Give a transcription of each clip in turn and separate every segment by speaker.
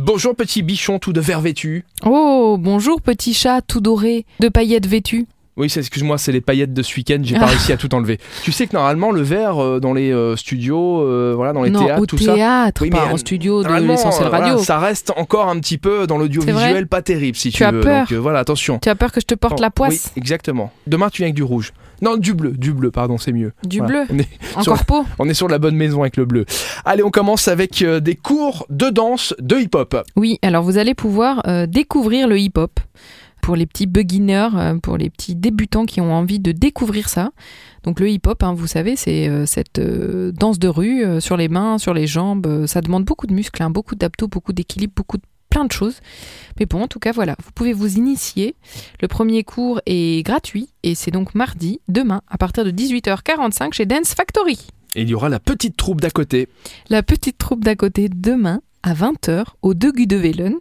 Speaker 1: Bonjour petit bichon tout de vert vêtu.
Speaker 2: Oh, bonjour petit chat tout doré, de paillettes vêtu.
Speaker 1: Oui, c'est- excuse-moi, c'est les paillettes de ce week-end, j'ai pas
Speaker 2: Ah.
Speaker 1: réussi à tout enlever. Tu sais que normalement, le vert euh, dans les euh, studios, euh, voilà, dans les
Speaker 2: non,
Speaker 1: théâtres,
Speaker 2: au
Speaker 1: tout ça.
Speaker 2: théâtre,
Speaker 1: Oui,
Speaker 2: pas
Speaker 1: mais, euh,
Speaker 2: en studio de
Speaker 1: normalement,
Speaker 2: l'essentiel
Speaker 1: euh, voilà,
Speaker 2: radio.
Speaker 1: ça reste encore un petit peu dans
Speaker 2: C'est
Speaker 1: l'audiovisuel
Speaker 2: vrai
Speaker 1: pas terrible si tu,
Speaker 2: Tu as
Speaker 1: veux.
Speaker 2: peur.
Speaker 1: Donc euh, voilà, attention.
Speaker 2: Tu as peur que je te porte
Speaker 1: Bon,
Speaker 2: la
Speaker 1: Oui,
Speaker 2: poisse
Speaker 1: exactement. Demain, tu viens avec du rouge. Non, du bleu, du bleu, pardon, c'est mieux.
Speaker 2: du
Speaker 1: Voilà.
Speaker 2: bleu
Speaker 1: On est,
Speaker 2: en
Speaker 1: sur-
Speaker 2: corpo.
Speaker 1: on est sur la bonne maison avec le bleu. Allez, on commence avec euh, des cours de danse de hip-hop.
Speaker 2: Oui, alors vous allez pouvoir euh, découvrir le hip-hop pour les petits beginners, euh, pour les petits débutants qui ont envie de découvrir ça. Donc le hip-hop, hein, vous savez, c'est euh, cette euh, danse de rue euh, sur les mains, sur les jambes. euh, ça demande beaucoup de muscles, hein, beaucoup d'abdos, beaucoup d'équilibre, beaucoup de plein de choses. Mais bon, en tout cas, voilà, vous pouvez vous initier. Le premier cours est gratuit et c'est donc mardi, demain, à partir de 18h45 chez Dance Factory.
Speaker 1: Et il y aura la petite troupe d'à côté.
Speaker 2: La petite troupe d'à côté demain à 20h au Degus de Velen.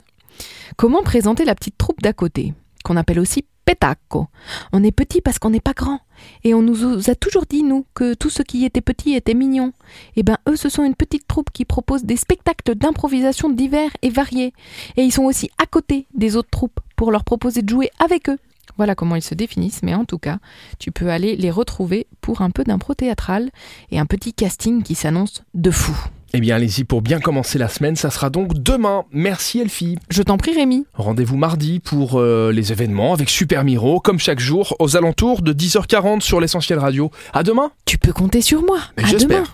Speaker 2: Comment présenter la petite troupe d'à côté, qu'on appelle aussi Petacco On est petit parce qu'on n'est pas grand. Et on nous a toujours dit, nous, que tout ce qui était petit était mignon. Eh ben, eux, ce sont une petite troupe qui propose des spectacles d'improvisation divers et variés. Et ils sont aussi à côté des autres troupes pour leur proposer de jouer avec eux. Voilà comment ils se définissent, mais en tout cas, tu peux aller les retrouver pour un peu d'impro théâtral et un petit casting qui s'annonce de fou.
Speaker 1: Eh bien, allez-y pour bien commencer la semaine. Ça sera donc demain. Merci Elfie.
Speaker 2: Je t'en prie Rémi.
Speaker 1: Rendez-vous mardi pour euh, les événements avec Super Miro, comme chaque jour, aux alentours de 10h40 sur l'essentiel radio. À demain.
Speaker 2: Tu peux compter sur moi.
Speaker 1: Mais
Speaker 2: à demain.
Speaker 1: j'espère.